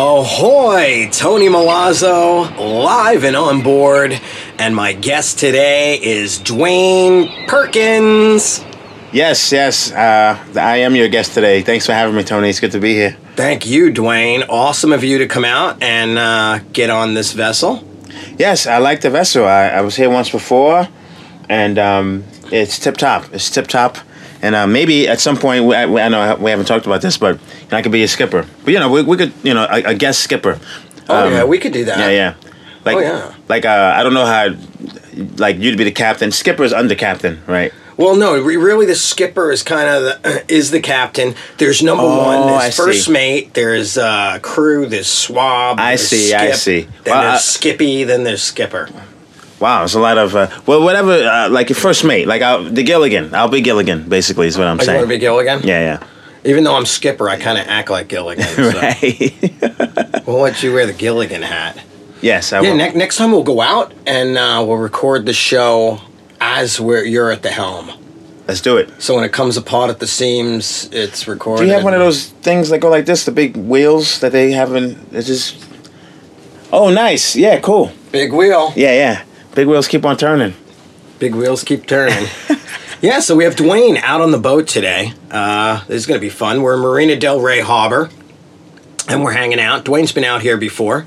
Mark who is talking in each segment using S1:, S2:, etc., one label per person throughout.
S1: Ahoy, Tony Milazzo, live and on board. And my guest today is Dwayne Perkins.
S2: Yes, yes. Uh, I am your guest today. Thanks for having me, Tony. It's good to be here.
S1: Thank you, Dwayne. Awesome of you to come out and uh, get on this vessel.
S2: Yes, I like the vessel. I, I was here once before, and um, it's tip top. It's tip top. And uh, maybe at some point, we, I, we- I know we haven't talked about this, but you know, I could be a skipper. But you know, we, we could, you know, a, a guest skipper.
S1: Oh,
S2: Um,
S1: yeah, we could do that.
S2: Yeah, yeah. Like,
S1: Oh, yeah.
S2: like uh, I don't know how, like you'd be the captain. Skipper is under captain, right?
S1: Well, no, re- really, the skipper is kind of the, is the captain. There's number
S2: Oh,
S1: one,
S2: I
S1: there's
S2: see.
S1: first mate, there's uh, crew, there's swab.
S2: I
S1: there's
S2: see, I
S1: skip,
S2: see.
S1: Then
S2: Well, uh,
S1: there's
S2: I-
S1: Skippy, then there's skipper.
S2: Wow, it's a lot of uh, well, whatever. Uh, like your first mate, like I'll, the Gilligan. I'll be Gilligan, basically, is what I'm
S1: Oh, you
S2: saying.
S1: want to be Gilligan?
S2: yeah, yeah.
S1: Even though I'm skipper, I kind of act like Gilligan. So.
S2: Right.
S1: We'll let you wear the Gilligan hat.
S2: yes, I
S1: Yeah,
S2: will.
S1: ne- next time we'll go out and uh, we'll record the show as we're, you're at the helm.
S2: Let's do it.
S1: So when it comes apart at the seams, it's recorded.
S2: Do you have one of those things that go like this, the big wheels that they have in? It's just. Oh, nice. Yeah, cool.
S1: big wheel?
S2: Yeah, yeah. Big wheels keep on turning.
S1: Big wheels keep turning. yeah, so we have Dwayne out on the boat today. Uh, this is going to be fun. We're in Marina Del Rey Harbor, and we're hanging out. Dwayne's been out here before,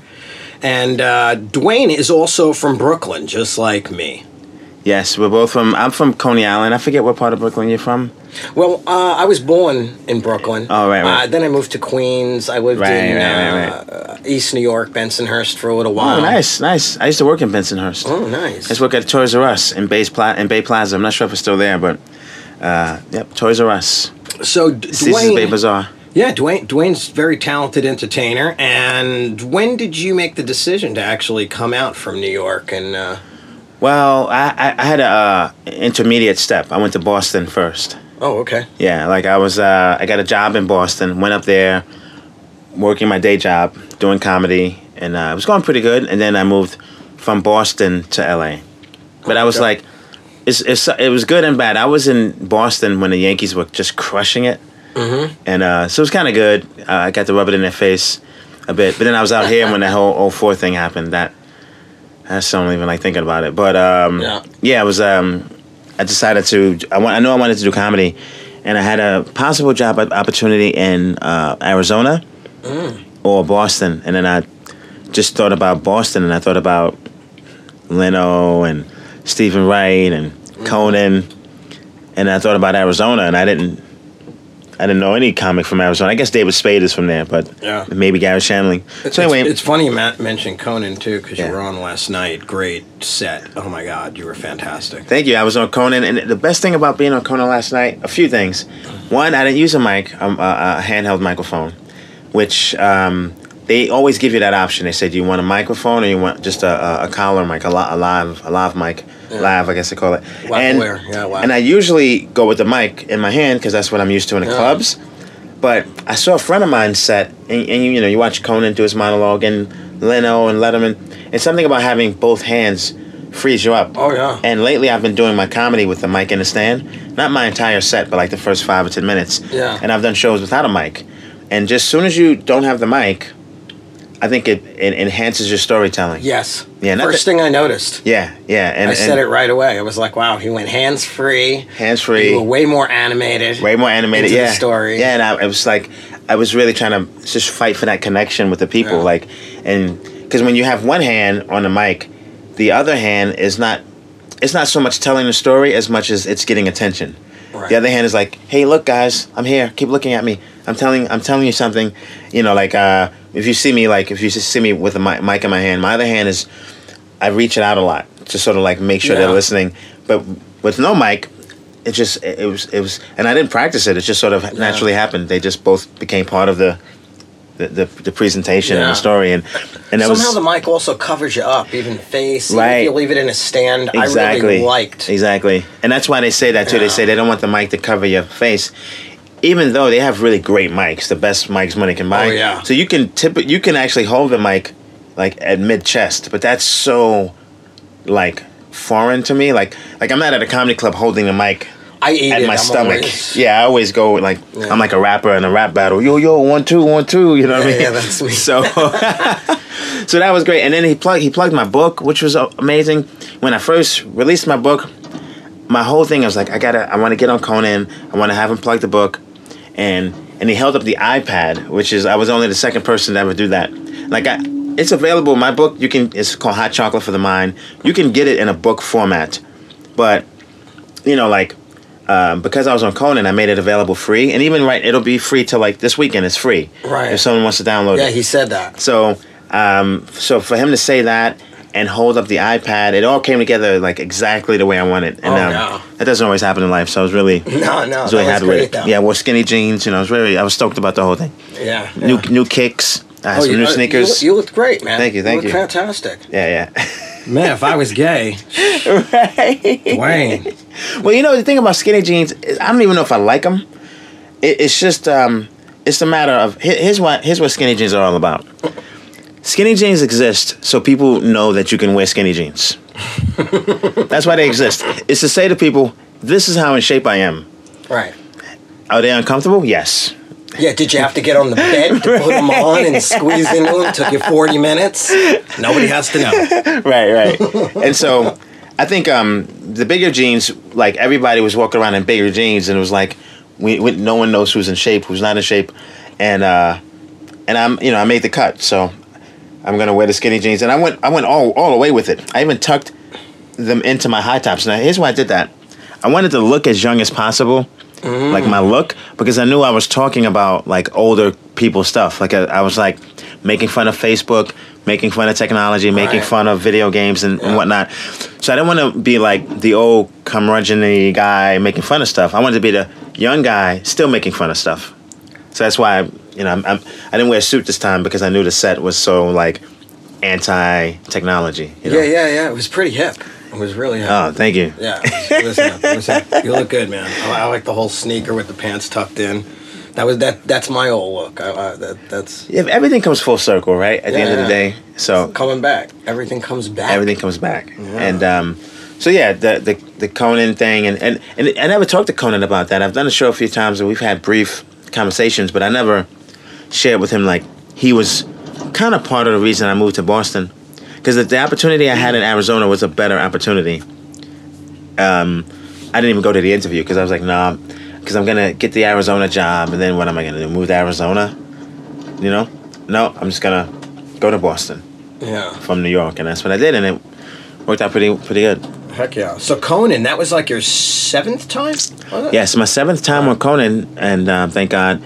S1: and uh, Dwayne is also from Brooklyn, just like me.
S2: Yes, we're both from. I'm from Coney Island. I forget what part of Brooklyn you're from.
S1: Well, uh, I was born in Brooklyn.
S2: Oh, right, right.
S1: Uh, then I moved to Queens. I lived
S2: Right,
S1: in
S2: right,
S1: uh, East New York, Bensonhurst for a little
S2: Oh,
S1: while.
S2: nice, nice. I used to work in Bensonhurst.
S1: Oh, nice.
S2: I used to work at Toys R Us in, Bay's Pla- in Bay Plaza. I'm not sure if it's still there, but uh, yep, Toys R Us.
S1: so, D-
S2: Cece's Bay
S1: Dwayne.
S2: Bazaar.
S1: Yeah, Dwayne. Dwayne's a very talented entertainer. And when did you make the decision to actually come out from New York? And uh,
S2: Well, I, I, I had a uh, intermediate step. I went to Boston first.
S1: oh, okay.
S2: Yeah, like I was, uh, I got a job in Boston. Went up there, working my day job, doing comedy, and uh, it was going pretty good. And then I moved from Boston to LA. But I was
S1: Okay.
S2: like, it's, it's, it was good and bad. I was in Boston when the Yankees were just crushing it, mm-hmm. and uh, so it was kind of good. Uh, I got to rub it in their face a bit. But then I was out here when that whole 04 thing happened. That that's not even like thinking about it. But um,
S1: Yeah.
S2: yeah, it was. Um, I decided to. I want. I know I wanted to do comedy, and I had a possible job op- opportunity in uh, Arizona
S1: Mm.
S2: or Boston, and then I just thought about Boston, and I thought about Leno and Stephen Wright and
S1: Mm-hmm.
S2: Conan, and I thought about Arizona, and I didn't. I didn't know any comic from Arizona. I guess David Spade is from there, but
S1: Yeah.
S2: maybe Gary Shandling. So anyway,
S1: it's, it's funny you ma- mentioned Conan too because
S2: Yeah.
S1: you were on last night. Great set. Oh my God, you were fantastic.
S2: Thank you. I was on Conan, and the best thing about being on Conan last night, a few things. One, I didn't use a mic, um, a, a handheld microphone, which um, they always give you that option. They said, "Do you want a microphone, or you want just a, a, a collar mic, a, li- a live, a live mic, live, I guess they call it." and,
S1: wire, yeah, live.
S2: and I usually go with the mic in my hand because that's what I'm used to in the
S1: Yeah.
S2: clubs. But I saw a friend of mine set, and, and you know, you watch Conan do his monologue, and Leno and Letterman, and something about having both hands frees you up.
S1: Oh, yeah.
S2: And lately, I've been doing my comedy with the mic in the stand. Not my entire set, but like the first five or ten minutes.
S1: Yeah.
S2: And I've done shows without a mic, and just soon as you don't have the mic, I think it, it enhances your storytelling.
S1: Yes.
S2: Yeah, not
S1: First
S2: that-
S1: thing I noticed.
S2: Yeah, yeah. And,
S1: I said it right away. I was like, wow, he went hands free.
S2: Hands
S1: You
S2: free.
S1: were way more animated.
S2: Way more animated,
S1: Into the
S2: yeah.
S1: story.
S2: Yeah, and I, I was like, I was really trying to just fight for that connection with the
S1: Yeah.
S2: people, like, and because when you have one hand on the mic, the other hand is not, it's not so much telling the story as much as it's getting attention.
S1: Right.
S2: The other hand is like, hey, look, guys, I'm here. Keep looking at me. I'm telling, I'm telling you something. You know, like, uh, if you see me, like, if you just see me with a mic, mic in my hand, my other hand is, I reach it out a lot to sort of like make sure
S1: Yeah.
S2: they're listening. But with no mic, it just it, it was it was, and I didn't practice it. It just sort of naturally happened. They just both became part of the the the, the presentation and
S1: Yeah.
S2: the story, and and that
S1: Somehow
S2: was
S1: the mic also covers you up, even face. even
S2: Right.
S1: if you leave it in a stand, I
S2: exactly
S1: really liked.
S2: exactly, and that's why they say that too. They
S1: Yeah.
S2: say they don't want the mic to cover your face. Even though they have really great mics, the best mics money can buy.
S1: Oh, yeah.
S2: So you can tip it. You can actually hold the mic like at mid chest, but that's so like foreign to me. Like like I'm not at a comedy club holding the mic
S1: I eat
S2: at
S1: it.
S2: my
S1: I'm
S2: stomach.
S1: always-
S2: Yeah, I always go like I'm like a rapper in a rap battle. Yo yo, one two, one two. You know what I
S1: Yeah,
S2: mean?
S1: yeah, that's me.
S2: So, so that was great. And then he plugged he plugged my book, which was uh, amazing. When I first released my book, my whole thing I was like, I gotta, I want to get on Conan. I want to have him plug the book, and and he held up the iPad, which is I was only the second person to ever do that. Like I. It's available. My book, you can. It's called Hot Chocolate for the Mind. You can get it in a book format, but you know, like um, because I was on Conan, I made it available free, and even right, it'll be free till like this weekend. It's free,
S1: Right.
S2: If someone wants to download
S1: Yeah,
S2: it,
S1: he said that.
S2: so um, so for him to say that and hold up the iPad, it all came together like exactly the way I wanted, and
S1: Oh,
S2: um,
S1: no.
S2: that doesn't always happen in life. So I was really, I
S1: No, no, that
S2: was really
S1: was
S2: happy
S1: great
S2: with it.
S1: though.
S2: Yeah, I wore skinny jeans, you know, I was very, I was stoked about the whole thing.
S1: yeah, yeah.
S2: New new kicks, I had
S1: Oh,
S2: some
S1: you-
S2: new
S1: uh, you
S2: sneakers.
S1: look- You, looked great, man.
S2: Thank you, thank
S1: looked
S2: you.
S1: Fantastic,
S2: yeah, yeah.
S1: man. If I was gay, Dwayne.
S2: Well, you know the thing about skinny jeans is I don't even know if I like them. It, it's just um, it's a matter of here- here's what here's what skinny jeans are all about. Skinny jeans exist so people know that you can wear skinny jeans. That's why they exist. It's to say to people, this is how in shape I am.
S1: Right.
S2: Are they uncomfortable? Yes.
S1: Yeah, did you have to get on the bed to put them on and squeeze into them? Took you 40 minutes? Nobody has to know.
S2: Right, right. and so I think um, the bigger jeans, like everybody was walking around in bigger jeans, and it was like we, we no one knows who's in shape, who's not in shape, and uh, and I'm you know I made the cut, so I'm gonna wear the skinny jeans, and I went I went all all the way with it. I even tucked them into my high tops. Now here's why I did that. I wanted to look as young as possible, like my look, because I knew I was talking about like older people stuff. Like I, I was like making fun of Facebook, making fun of technology, making
S1: Right.
S2: fun of video games and, and whatnot. So I didn't want to be like the old curmudgeon guy making fun of stuff. I wanted to be the young guy still making fun of stuff. So that's why you know I'm, I'm, I didn't wear a suit this time because I knew the set was so like anti technology. You know?
S1: Yeah, yeah, yeah. It was pretty hip. It was really hip.
S2: Oh, thank you.
S1: Yeah, it was, it was hip, it was hip. You look good, man. I, I like the whole sneaker with the pants tucked in. That was that. That's my old look. I, I, that, that's
S2: If everything comes full circle, right? At the
S1: Yeah,
S2: end of the
S1: yeah.
S2: day, so
S1: coming back. Everything comes back.
S2: everything comes back, and um, so yeah, the, the the Conan thing, and, and and I never talked to Conan about that. I've done a show a few times, and we've had brief conversations, but I never shared with him like he was kind of part of the reason I moved to Boston, because the, the opportunity I had in Arizona was a better opportunity. Um, I didn't even go to the interview because I was like, nah, because I'm gonna get the Arizona job, and then what am I gonna do? Move to Arizona? You know? No, I'm just gonna go to Boston
S1: Yeah.
S2: from New York, and that's what I did, and it worked out pretty pretty good.
S1: Heck yeah. So Conan, that was like your seventh time. was it?
S2: Yes, my seventh time on Conan, and uh, thank God.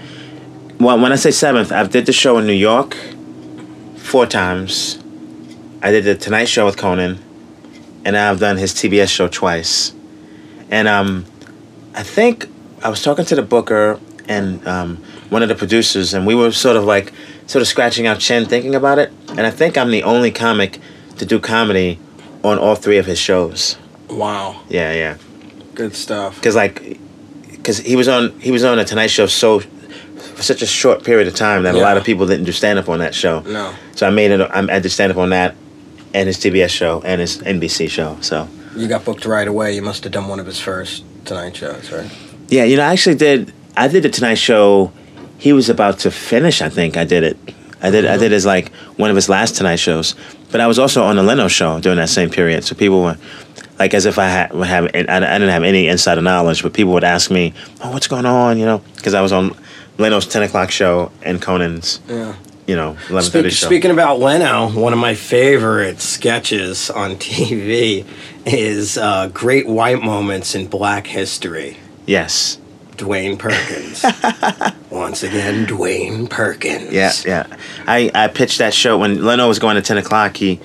S2: Well, when I say seventh, I did the show in New York four times. I did the Tonight Show with Conan, and I've done his TBS show twice. And um, I think I was talking to the booker and um, one of the producers, and we were sort of like, sort of scratching our chin thinking about it. And I think I'm the only comic to do comedy on all three of his shows.
S1: Wow.
S2: Yeah, yeah
S1: Good stuff.
S2: because like because he was on he was on the Tonight Show so for such a short period of time that a lot
S1: Yeah.
S2: of people didn't do stand up on that show.
S1: No.
S2: So I made it. I'm- I did stand up on that, and his TBS show and his NBC show. So
S1: You got booked right away. You must have done one of his first Tonight shows, right?
S2: yeah, you know, I actually did. I did the Tonight Show. He was about to finish. I think I did it. I did. I did his like one of his last Tonight shows. But I was also on the Leno show during that same period. So people were like, as if I had would have. I, I didn't have any insider knowledge, but people would ask me, "Oh, what's going on?" You know, because I was on Leno's ten o'clock show and Conan's.
S1: Yeah.
S2: You know, eleven
S1: Speak-
S2: thirty show.
S1: Speaking about Leno, one of my favorite sketches on TV is uh, Great White Moments in Black History.
S2: Yes.
S1: Dwayne Perkins. Once again, Dwayne Perkins.
S2: Yeah, yeah. I, I pitched that show when Leno was going to 10 o'clock. He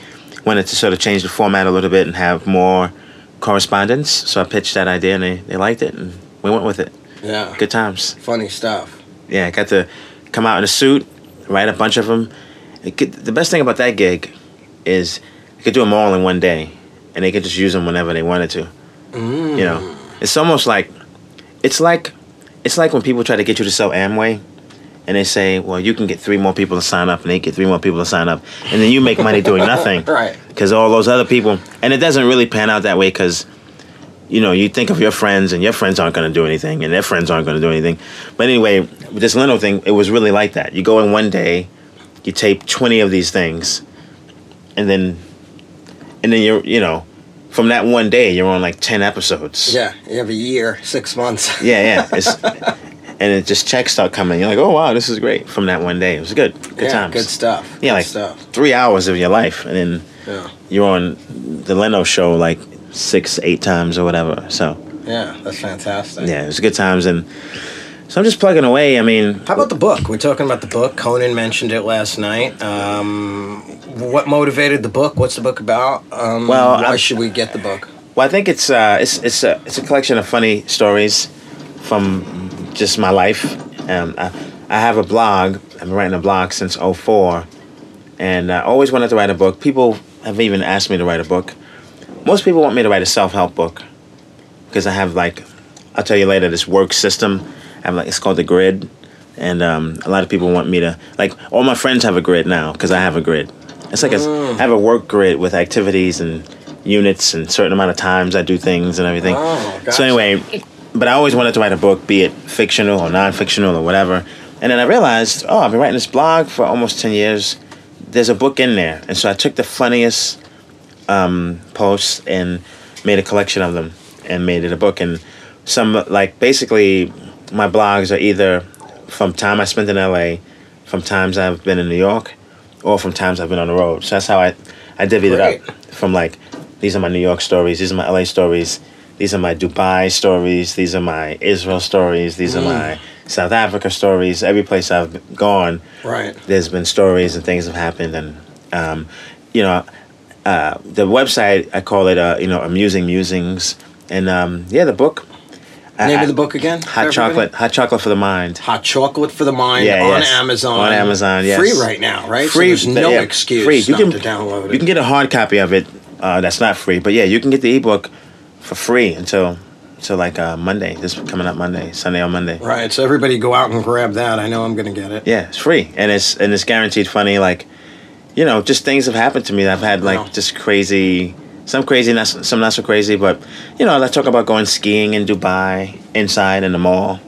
S2: wanted to sort of change the format a little bit and have more correspondence. So I pitched that idea and they, they liked it and we went with it.
S1: Yeah.
S2: Good times.
S1: Funny stuff.
S2: Yeah, I got to come out in a suit, write a bunch of them. It could, the best thing about that gig is you could do them all in one day and they could just use them whenever they wanted to. You know, it's almost like it's like it's like when people try to get you to sell Amway and they say, "Well, you can get three more people to sign up and they get three more people to sign up." And then you make money doing nothing.
S1: Right.
S2: Cuz all those other people and it doesn't really pan out that way cuz you know, you think of your friends and your friends aren't going to do anything and their friends aren't going to do anything. But anyway, with this Leno thing, it was really like that. You go in one day, you tape 20 of these things, and then, and then you're, you know, from that one day, you're on like 10 episodes.
S1: Yeah, you have a year, six months.
S2: Yeah, yeah. It's, and it just checks start coming. You're like, oh, wow, this is great from that one day. It was good. Good
S1: yeah,
S2: times.
S1: good stuff.
S2: Yeah,
S1: good
S2: like
S1: stuff.
S2: three hours of your life. And then
S1: Yeah,
S2: you're on the Leno show like six, eight times or whatever. So.
S1: yeah, that's fantastic.
S2: yeah, it was good times, and so I'm just plugging away. I mean,
S1: How about the book? We're talking about the book. Conan mentioned it last night. Um, what motivated the book? What's the book about? Um,
S2: Well,
S1: why
S2: I'm-
S1: should we get the book?
S2: well, I think it's uh, it's it's a it's a collection of funny stories from just my life. Um, I, I have a blog. I've been writing a blog since '04, and I always wanted to write a book. People have even asked me to write a book. Most people want me to write a self-help book because I have like, I'll tell you later, this work system. I have like it's called the grid, and um, a lot of people want me to like. All my friends have a grid now because I have a grid. It's like a,
S1: Mm.
S2: I have a work grid with activities and units and certain amount of times I do things and everything.
S1: Oh, gotcha.
S2: So anyway, but I always wanted to write a book, be it fictional or non-fictional or whatever. And then I realized, oh, I've been writing this blog for almost ten years. There's a book in there, and so I took the funniest posts and made a collection of them and made it a book and some like basically my blogs are either from time I spent in LA, from times I've been in New York, or from times I've been on the road. So that's how I I divvied it up
S1: Great.
S2: from like these are my New York stories, these are my LA stories, these are my Dubai stories, these are my Israel stories, these are my South Africa stories. Every place I've gone,
S1: Right.
S2: there's been stories and things have happened and um, you know uh, the website i call it uh, you know amusing musings and um, yeah the book
S1: Name
S2: I-
S1: of the book again?
S2: hot
S1: everybody?
S2: chocolate hot chocolate for the mind
S1: Hot chocolate for the mind
S2: Yeah,
S1: on
S2: yes.
S1: Amazon.
S2: On Amazon, yes.
S1: Free right now, right? So
S2: free
S1: there's no
S2: yeah,
S1: excuse
S2: free you
S1: not
S2: can
S1: to download it.
S2: you can get a hard copy of it uh, that's not free but yeah you can get the ebook for free until until like uh, monday this coming up monday sunday or monday
S1: right. So everybody go out and grab that. I know I'm going to get it.
S2: Yeah, it's free and it's and it's guaranteed funny. Like, you know, just things have happened to me. that I've had like
S1: Wow.
S2: just crazy, some crazy, not, s- some not so crazy. But you know, I talk about going skiing in Dubai inside in the mall.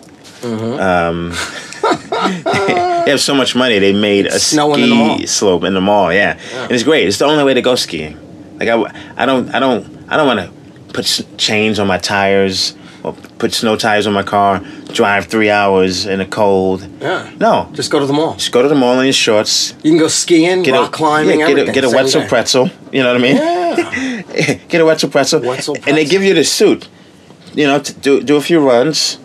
S1: Mm-hmm.
S2: Um, they have so much money. They made a
S1: snowing
S2: ski
S1: in the mall.
S2: slope in the mall. Yeah. and it's great. It's the only way to go skiing. Like I, w- I don't, I don't, I don't want to put s- chains on my tires or put snow tires on my car. Drive three hours in the cold.
S1: Yeah.
S2: No,
S1: Just go to the mall.
S2: just go to the mall in your shorts.
S1: You can go skiing,
S2: Get
S1: rock
S2: a,
S1: climbing,
S2: yeah, get a,
S1: everything,
S2: get a
S1: same
S2: Wetzel
S1: day.
S2: pretzel. You know what I mean?
S1: Yeah.
S2: get a Wetzel pretzel.
S1: Wetzel
S2: And they
S1: pretzel.
S2: give you the suit. You know, to do do a few runs,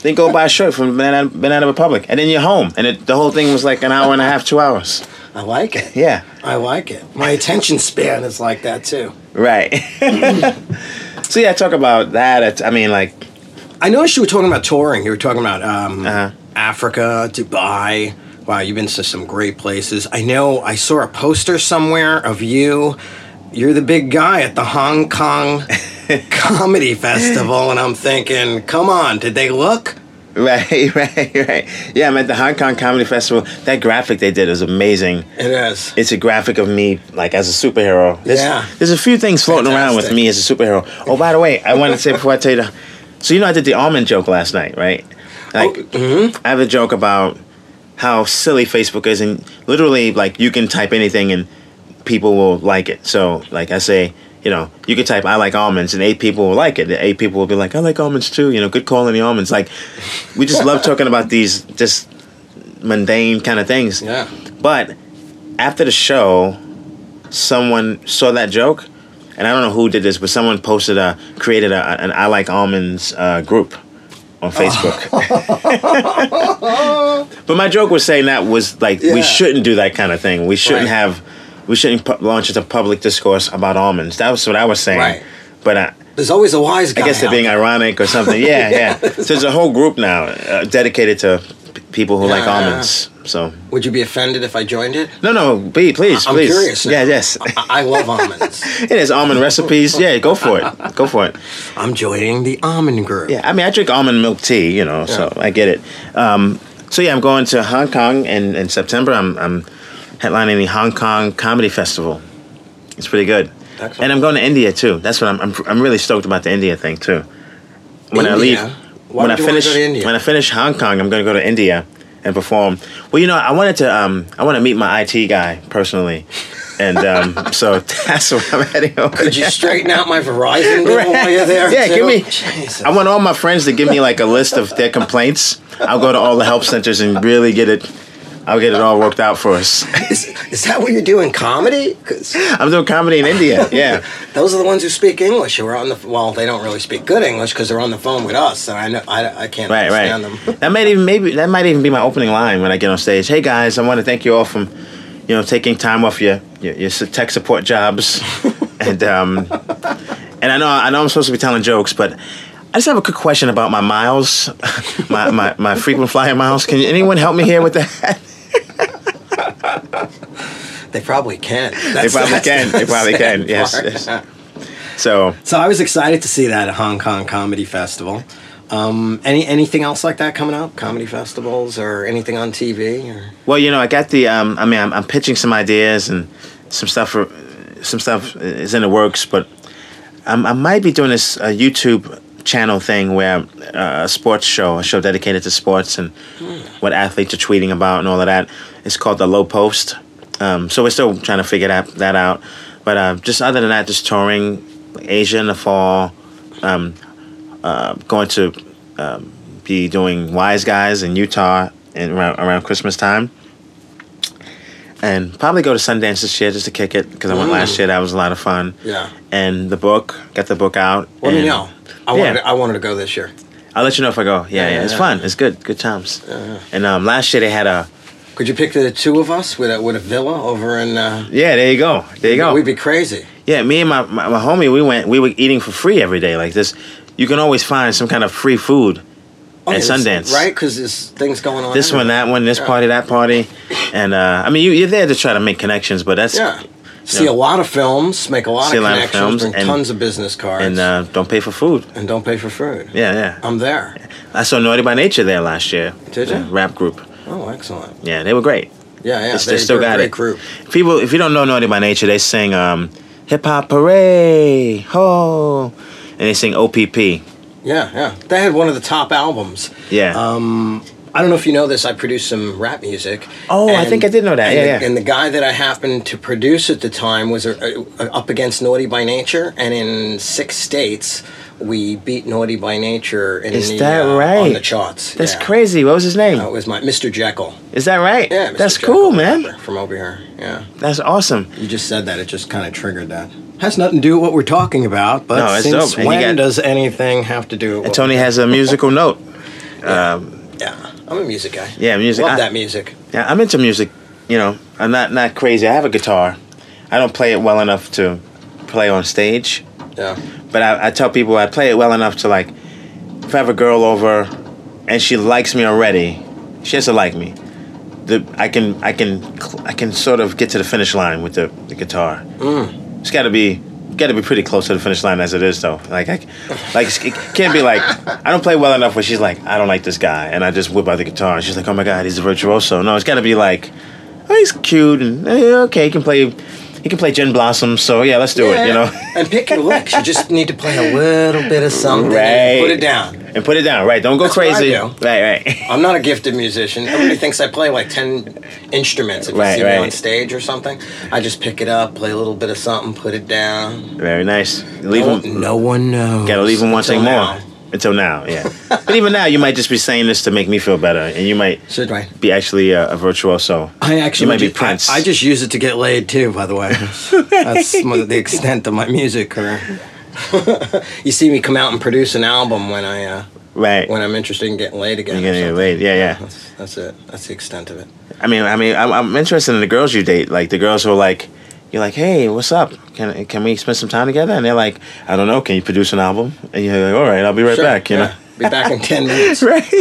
S2: then go buy a shirt from Banana Banana Republic, and then you're home. And it, the whole thing was like an hour and a half, two hours.
S1: I like it.
S2: Yeah,
S1: I like it. My attention span is like that too.
S2: right. so yeah, I talk about that. It's- I mean, like,
S1: I noticed you were talking about touring. You were talking about um,
S2: Uh-huh.
S1: Africa, Dubai. Wow, you've been to some great places. I know I saw a poster somewhere of you. You're the big guy at the Hong Kong Comedy Festival, and I'm thinking, come on, did they look?
S2: right, right, right. Yeah, I'm at the Hong Kong Comedy Festival. That graphic they did is amazing.
S1: It is.
S2: it's a graphic of me like as a superhero. There's,
S1: Yeah.
S2: There's a few things floating around with
S1: Fantastic.
S2: me as a superhero. Oh, by the way, I wanted to say before I tell you, the, so you know I did the almond joke last night, right?
S1: Oh,
S2: Like,
S1: mm-hmm.
S2: I have a joke about how silly Facebook is, and literally like you can type anything and people will like it. So like I say. You know, you could type "I like almonds" and eight people will like it. The Eight people will be like, "I like almonds too." You know, good call on the almonds. Like, we just love talking about these just mundane kind of things.
S1: Yeah.
S2: But after the show, someone saw that joke, and I don't know who did this, but someone posted a created a, an I like almonds uh, group on Facebook. but my joke was saying that was like
S1: Yeah.
S2: we shouldn't do that kind of thing. We shouldn't
S1: Right.
S2: have. We shouldn't pu- launch into public discourse about almonds. That was what I was saying.
S1: Right.
S2: But I,
S1: There's always a wise guy.
S2: I guess they're
S1: out
S2: being ironic or something. Yeah, yeah. So there's a whole group now uh, dedicated to p- people who like
S1: Yeah, yeah.
S2: almonds. So
S1: there. Would you be offended if I joined it?
S2: no, no, be please,
S1: I'm
S2: please.
S1: curious now.
S2: Yeah, yes.
S1: I, I love almonds.
S2: It is almond recipes. Yeah, go for it. Go for it.
S1: I'm joining the almond group.
S2: Yeah, I mean, I drink almond milk tea, you know, so I get it. Um, so yeah, I'm going to Hong Kong in, in September. I'm, I'm headlining the Hong Kong Comedy Festival. It's pretty good.
S1: Excellent.
S2: And I'm going to India too. That's what I'm. I'm, I'm really stoked about the India thing too. When I
S1: India?
S2: leave,
S1: Why
S2: when I
S1: would you wanna
S2: finish,
S1: go to India?
S2: when I finish Hong Kong, I'm going to go to India and perform. Well, you know, I wanted to. Um, I want to meet my IT guy personally, and um, so that's where I'm heading over.
S1: Could you
S2: there.
S1: straighten out my Verizon bill while you're there?
S2: Yeah,
S1: too?
S2: give me.
S1: Jesus.
S2: I want all my friends to give me like a list of their complaints. I'll go to all the help centers and really get it. I'll get it all worked out for us.
S1: Is, is that what you're doing? Comedy? 'Cause
S2: I'm doing comedy in India. Yeah.
S1: those are the ones who speak English. Who are on the well, they don't really speak good English because they're on the phone with us, and I know I, I can't
S2: Right,
S1: understand
S2: right.
S1: them.
S2: That might even maybe that might even be my opening line when I get on stage. Hey guys, I want to thank you all from, you know, taking time off your your, your su- tech support jobs, and um, and I know I know I'm supposed to be telling jokes, but I just have a quick question about my miles, my my, my frequent flyer miles. Can anyone help me here with that?
S1: They probably can.
S2: they
S1: That's-
S2: probably
S1: that's
S2: can.
S1: the
S2: They probably
S1: sad
S2: can. Yes,
S1: part.
S2: yes. So
S1: So I was excited to see that at Hong Kong Comedy Festival. Um, any anything else like that coming up? Comedy festivals or anything on TV? Or
S2: Well, you know, I got the. Um, I mean, I'm, I'm pitching some ideas and some stuff. For, some stuff is in the works, but um, I might be doing this uh, YouTube channel thing where uh, a sports show, a show dedicated to sports and what athletes are tweeting about and all of that. It's called the Low Post. Um, so we're still trying to figure that that out. But uh, just other than that, just touring Asia in the fall. Um, uh, going to um, be doing Wise Guys in Utah in, around, around Christmas time. And probably go to Sundance this year just to kick it because I went last year. That was a lot of fun.
S1: Yeah.
S2: And the book, got the book out.
S1: let
S2: and
S1: me know. I wanted
S2: Yeah.
S1: I wanted to go this year.
S2: I'll let you know if I go. Yeah, yeah,
S1: yeah,
S2: it's
S1: yeah.
S2: fun. It's good. Good times. And um, last year they had a
S1: Could you pick the two of us with a with a villa over in? Uh,
S2: yeah. There you go. There you go.
S1: We'd be crazy.
S2: Yeah, me and my, my, my homie, we went, we were eating for free every day. Like this, you can always find some kind of free food at
S1: it's-
S2: Sundance.
S1: right? Because there's things going on.
S2: This one,
S1: everywhere.
S2: that one, this party, that party. And uh, I mean, you, you're there to try to make connections, but that's.
S1: yeah. See
S2: know.
S1: a lot of films, make a lot
S2: See a
S1: of
S2: lot of
S1: connections,
S2: films
S1: bring
S2: and-
S1: tons of business cards,
S2: And uh, don't pay for food.
S1: and don't pay for food.
S2: Yeah, yeah.
S1: I'm there.
S2: I saw Naughty by Nature there last year.
S1: Did you?
S2: The Rap group.
S1: Oh, excellent.
S2: Yeah, they were great.
S1: Yeah, yeah.
S2: It's- they still
S1: they're a
S2: got
S1: great
S2: it.
S1: Group.
S2: People, if you don't know Naughty by Nature, they sing um, Hip Hop Hooray, Ho! And they sing OPP.
S1: Yeah, yeah. They had one of the top albums.
S2: Yeah.
S1: Um, I don't know if you know this. I produced some rap music.
S2: Oh, I think I did know that.
S1: and
S2: Yeah,
S1: the-
S2: yeah.
S1: And the guy that I happened to produce at the time was uh, uh, up against Naughty by Nature, and in six states we beat Naughty by Nature in
S2: Is
S1: the,
S2: that
S1: uh, on
S2: right?
S1: the charts.
S2: That's
S1: Yeah.
S2: crazy. What was his name?
S1: That was my Mr. Jekyll.
S2: Is that right?
S1: Yeah, Mr.
S2: That's
S1: Jekyll,
S2: cool,
S1: the
S2: man.
S1: rapper From over here, yeah.
S2: That's awesome.
S1: You just said that; it just kind of triggered that. Has nothing to do with what we're talking about, but
S2: No, it's
S1: since
S2: dope. And you
S1: when
S2: got-
S1: does anything have to do? with
S2: And
S1: what-
S2: Tony has a musical note.
S1: yeah, I'm a music guy.
S2: Yeah, music.
S1: Love
S2: I-
S1: that music.
S2: Yeah, I'm into music. You know, I'm not not crazy. I have a guitar. I don't play it well enough to play on stage,
S1: Yeah,
S2: but I, I tell people I play it well enough to like. If I have a girl over, and she likes me already, she has to like me. The I can I can cl- I can sort of get to the finish line with the, the guitar. It's got to be got to be pretty close to the finish line as it is though. Like I, like it can't be like I don't play well enough where she's like I don't like this guy and I just whip out the guitar and she's like oh my god he's a virtuoso. No, it's got to be like oh he's cute and eh, okay he can play he can play Gin Blossom so yeah let's do it you know.
S1: and pick your licks. You just need to play a little bit of something. and
S2: Right.
S1: Put it down.
S2: And put it down, right? Don't go
S1: That's what I
S2: crazy.
S1: do.
S2: Right, right.
S1: I'm not a gifted musician. Everybody thinks I play like ten instruments. If you
S2: Right,
S1: see
S2: right.
S1: me on stage or something, I just pick it up, play a little bit of something, put it down.
S2: Very nice. Leave
S1: No,
S2: him.
S1: Oh, no one knows.
S2: Gotta leave him one thing
S1: Until
S2: more.
S1: now.
S2: Until now, yeah. but even now, you might just be saying this to make me feel better, and you might
S1: Should I?
S2: be actually a, a virtuoso.
S1: I actually
S2: you might be
S1: ju-
S2: Prince.
S1: I, I just use it to get laid too. By the way, that's my, the extent of my music career. you see me come out and produce an album when I uh,
S2: right.
S1: when I'm interested in getting laid again.
S2: You're
S1: or
S2: gonna get
S1: something.
S2: laid. Yeah, yeah.
S1: That's, that's it. That's the extent of it.
S2: I mean, I mean, I'm, I'm interested in the girls you date, like the girls who are like, you're like, hey, what's up? Can can we spend some time together? And they're like, I don't know. Can you produce an album? And you're like, all right, I'll be right
S1: Sure,
S2: back. You
S1: yeah.
S2: know.
S1: Be back in ten minutes.
S2: Right,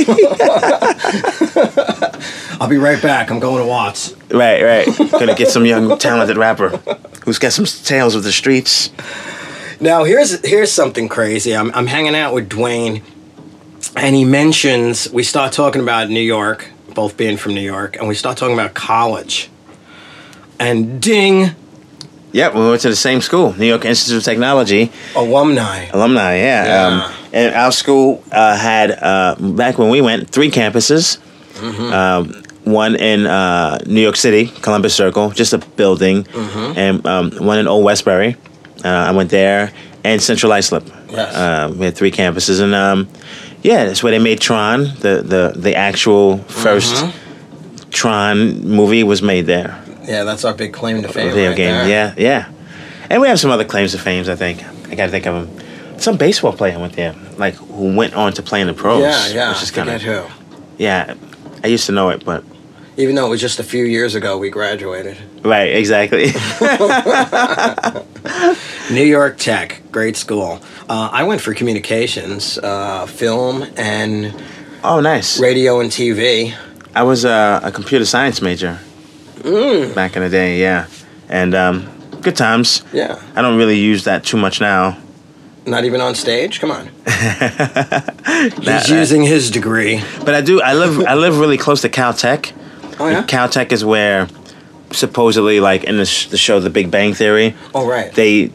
S1: I'll be right back. I'm going to Watts.
S2: right, right. Gonna get some young talented rapper who's got some tales of the streets.
S1: Now here's here's something crazy. I'm I'm hanging out with Dwayne, and he mentions we start talking about New York, both being from New York, and we start talking about college. And ding,
S2: Yep, we went to the same school, New York Institute of Technology
S1: Alumni.
S2: alumni. Yeah,
S1: Yeah.
S2: Um, and our school uh, had uh, back when we went three campuses.
S1: Mm-hmm.
S2: Um, one in uh, New York City, Columbus Circle, just a building,
S1: Mm-hmm.
S2: and um, one in Old Westbury. Uh, I went there, and Central Islip.
S1: Yes.
S2: Uh, we had three campuses, and um, yeah, that's where they made Tron. The the the actual 1st
S1: Mm-hmm.
S2: Tron movie was made there.
S1: Yeah, that's our big claim to fame.
S2: Video
S1: right
S2: game,
S1: there.
S2: yeah, yeah. And we have some other claims to fame, I think. I gotta think of them. Some baseball player went there, like who went on to play in the pros.
S1: Yeah, yeah.
S2: Which is
S1: I
S2: kind
S1: forget
S2: of
S1: who.
S2: yeah. I used to know it, but
S1: Even though it was just a few years ago we graduated.
S2: right, exactly.
S1: New York Tech, great school. Uh, I went for communications, uh, film, and
S2: oh, nice.
S1: radio and TV.
S2: I was uh, a computer science major
S1: Mm.
S2: back in the day, yeah. And um, good times.
S1: Yeah,
S2: I don't really use that too much now.
S1: not even on stage. Come on.
S2: That-
S1: He's using his degree.
S2: But I do. I live. I live really close to Caltech.
S1: Oh yeah.
S2: Caltech is where supposedly, like in the, sh- the show The Big Bang Theory,
S1: oh right.
S2: they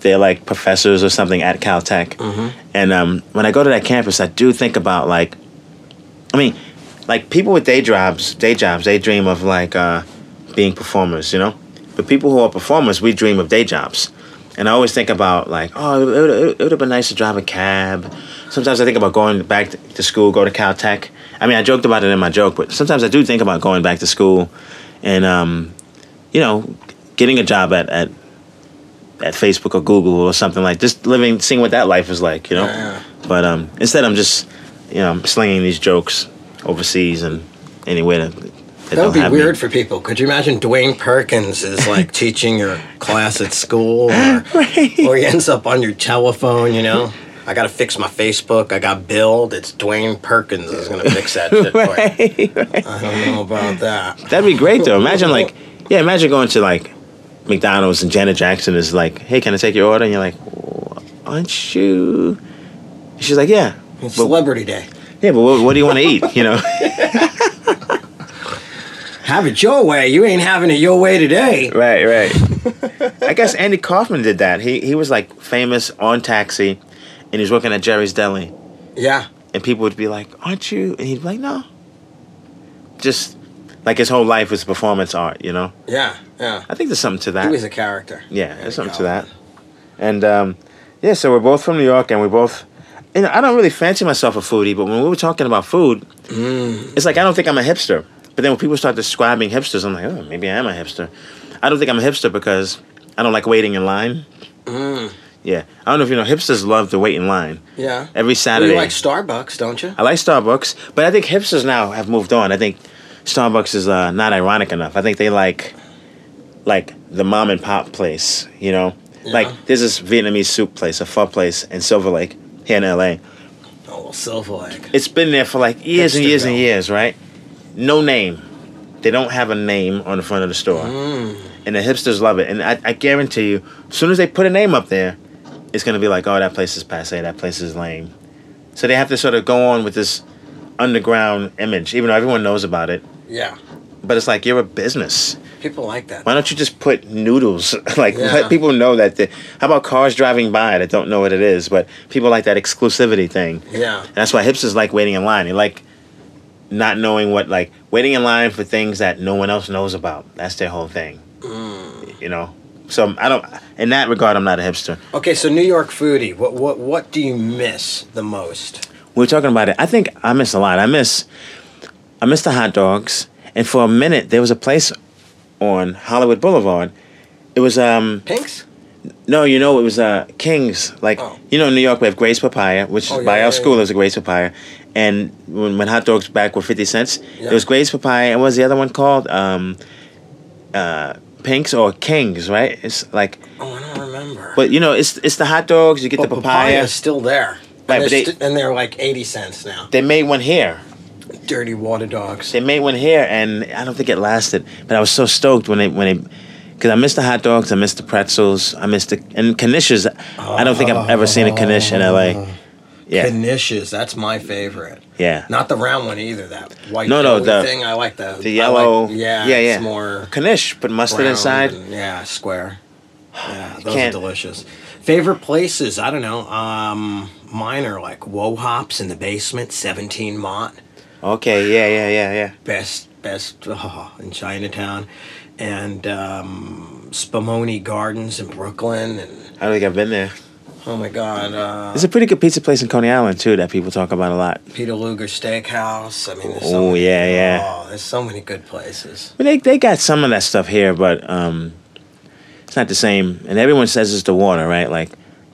S2: they're like professors or something at Caltech. And um, when I go to that campus, I do think about like, I mean, like people with day jobs, day jobs, they dream of like uh, being performers, you know. But people who are performers, we dream of day jobs. And I always think about like, oh, it would, it would have been nice to drive a cab. Sometimes I think about going back to school, go to Caltech. I mean, I joked about it in my joke, but sometimes I do think about going back to school, and um, you know, getting a job at, at at Facebook or Google or something like just living, seeing what that life is like, you know.
S1: Yeah,
S2: But um, instead, I'm just you know I'm slinging these jokes overseas and anywhere that, that
S1: that
S2: don't
S1: would be
S2: have me.
S1: weird for people. Could you imagine Dwayne Perkins is like teaching your class at school, or, or he ends up on your telephone? You know, I got to fix my Facebook. I got billed. It's Dwayne Perkins is gonna fix that shit for you. I don't know about that.
S2: That'd be great though. Imagine like yeah, imagine going to like McDonald's and Janet Jackson is like, hey, can I take your order? And you're like, "Oh, aren't you? And she's like, yeah,
S1: It's Celebrity Day.
S2: yeah, but what, what do you want to eat? You know,
S1: Have it your way. You ain't having it your way today.
S2: right, right. I guess Andy Kaufman did that. He he was like famous on Taxi, and he was working at Jerry's Deli.
S1: Yeah.
S2: and people would be like, "Aren't you?" And he'd be like, "No." Just like his whole life was performance art, you know.
S1: Yeah, yeah.
S2: I think there's something to that.
S1: He was a character.
S2: yeah, there's something to that.
S1: Kaufman.
S2: And um, yeah, so we're both from New York, and we both. You know, I don't really fancy myself a foodie, but when we were talking about food, it's like I don't think I'm a hipster. But then when people start describing hipsters, I'm like, oh, maybe I am a hipster. I don't think I'm a hipster because I don't like waiting in line. Yeah, I don't know if you know, hipsters love to wait in line.
S1: Yeah.
S2: Every
S1: Well,
S2: Saturday,
S1: you like Starbucks, don't you?
S2: I like Starbucks, but I think hipsters now have moved on. I think Starbucks is uh, not ironic enough. I think they like like the mom and pop place, you know?
S1: Yeah.
S2: Like there's this Vietnamese soup place, a pho place in Silver Lake here in LA.
S1: Oh, Silver Lake.
S2: It's been there for like years and years and
S1: Hipsterville.
S2: years, right? No name. They don't have a name on the front of the store. And the hipsters love it. And I, I guarantee you, as soon as they put a name up there, it's going to be like, oh, that place is passe, that place is lame. So they have to sort of go on with this underground image, even though everyone knows about it.
S1: Yeah.
S2: But it's like, you're a business.
S1: People like that.
S2: Why don't you just put noodles? like,
S1: Yeah.
S2: let people know that. The, how about cars driving by that don't know what it is? But people like that exclusivity thing.
S1: Yeah.
S2: And that's why hipsters like waiting in line. They like not knowing what, like, waiting in line for things that no one else knows about. That's their whole thing. You know? So I don't, in that regard, I'm not a hipster.
S1: Okay, so New York foodie. What what what do you miss the most?
S2: We were talking about it. I think I miss a lot. I miss, I miss the hot dogs. And for a minute, there was a place on Hollywood Boulevard. It was, um,
S1: Pinks?
S2: No, you know it was uh, Kings. Like
S1: Oh.
S2: you know, in New York we have Grace Papaya, which
S1: Oh,
S2: is
S1: yeah,
S2: by
S1: yeah,
S2: our
S1: yeah.
S2: school there's a Grace Papaya, and when, when hot dogs back were fifty cents,
S1: Yeah.
S2: it was Grace Papaya. And what was the other one called? Um, uh, Pinks or Kings, right? It's like,
S1: Oh, I don't remember.
S2: but you know, it's it's the hot dogs. You get
S1: But
S2: the papaya.
S1: Oh, papaya's still there.
S2: Right,
S1: and,
S2: but
S1: they're
S2: they-
S1: st- and they're like eighty cents now.
S2: They made one here.
S1: Dirty water dogs.
S2: They made one here, and I don't think it lasted. But I was so stoked when they when they. Because I missed the hot dogs, I missed the pretzels, I missed the and knishes. I don't think I've ever seen a knish in LA. Yeah,
S1: Knishes, that's my favorite.
S2: yeah.
S1: Not the round one either. That white
S2: No, no,
S1: doughy
S2: the-
S1: thing. I like the I
S2: the yellow.
S1: like- yeah,
S2: yeah, yeah.
S1: It's more
S2: Knish, put mustard
S1: brown
S2: inside.
S1: and- yeah, square. Yeah, those are
S2: can't-
S1: delicious. Favorite places? I don't know. Um, mine are like Woe Hops in the basement, Seventeen Mott,
S2: Okay, yeah, yeah, yeah, yeah.
S1: best best oh, in Chinatown, and um, Spumoni Gardens in Brooklyn. And
S2: I don't think I've been there.
S1: oh my God, uh,
S2: There's a pretty good pizza place in Coney Island too that people talk about a lot.
S1: Peter Luger Steakhouse. I mean, there's so
S2: Oh
S1: many,
S2: yeah, yeah.
S1: Oh, there's so many good places.
S2: But they they got some of that stuff here, but um, it's not the same. And everyone says it's the water, right? Like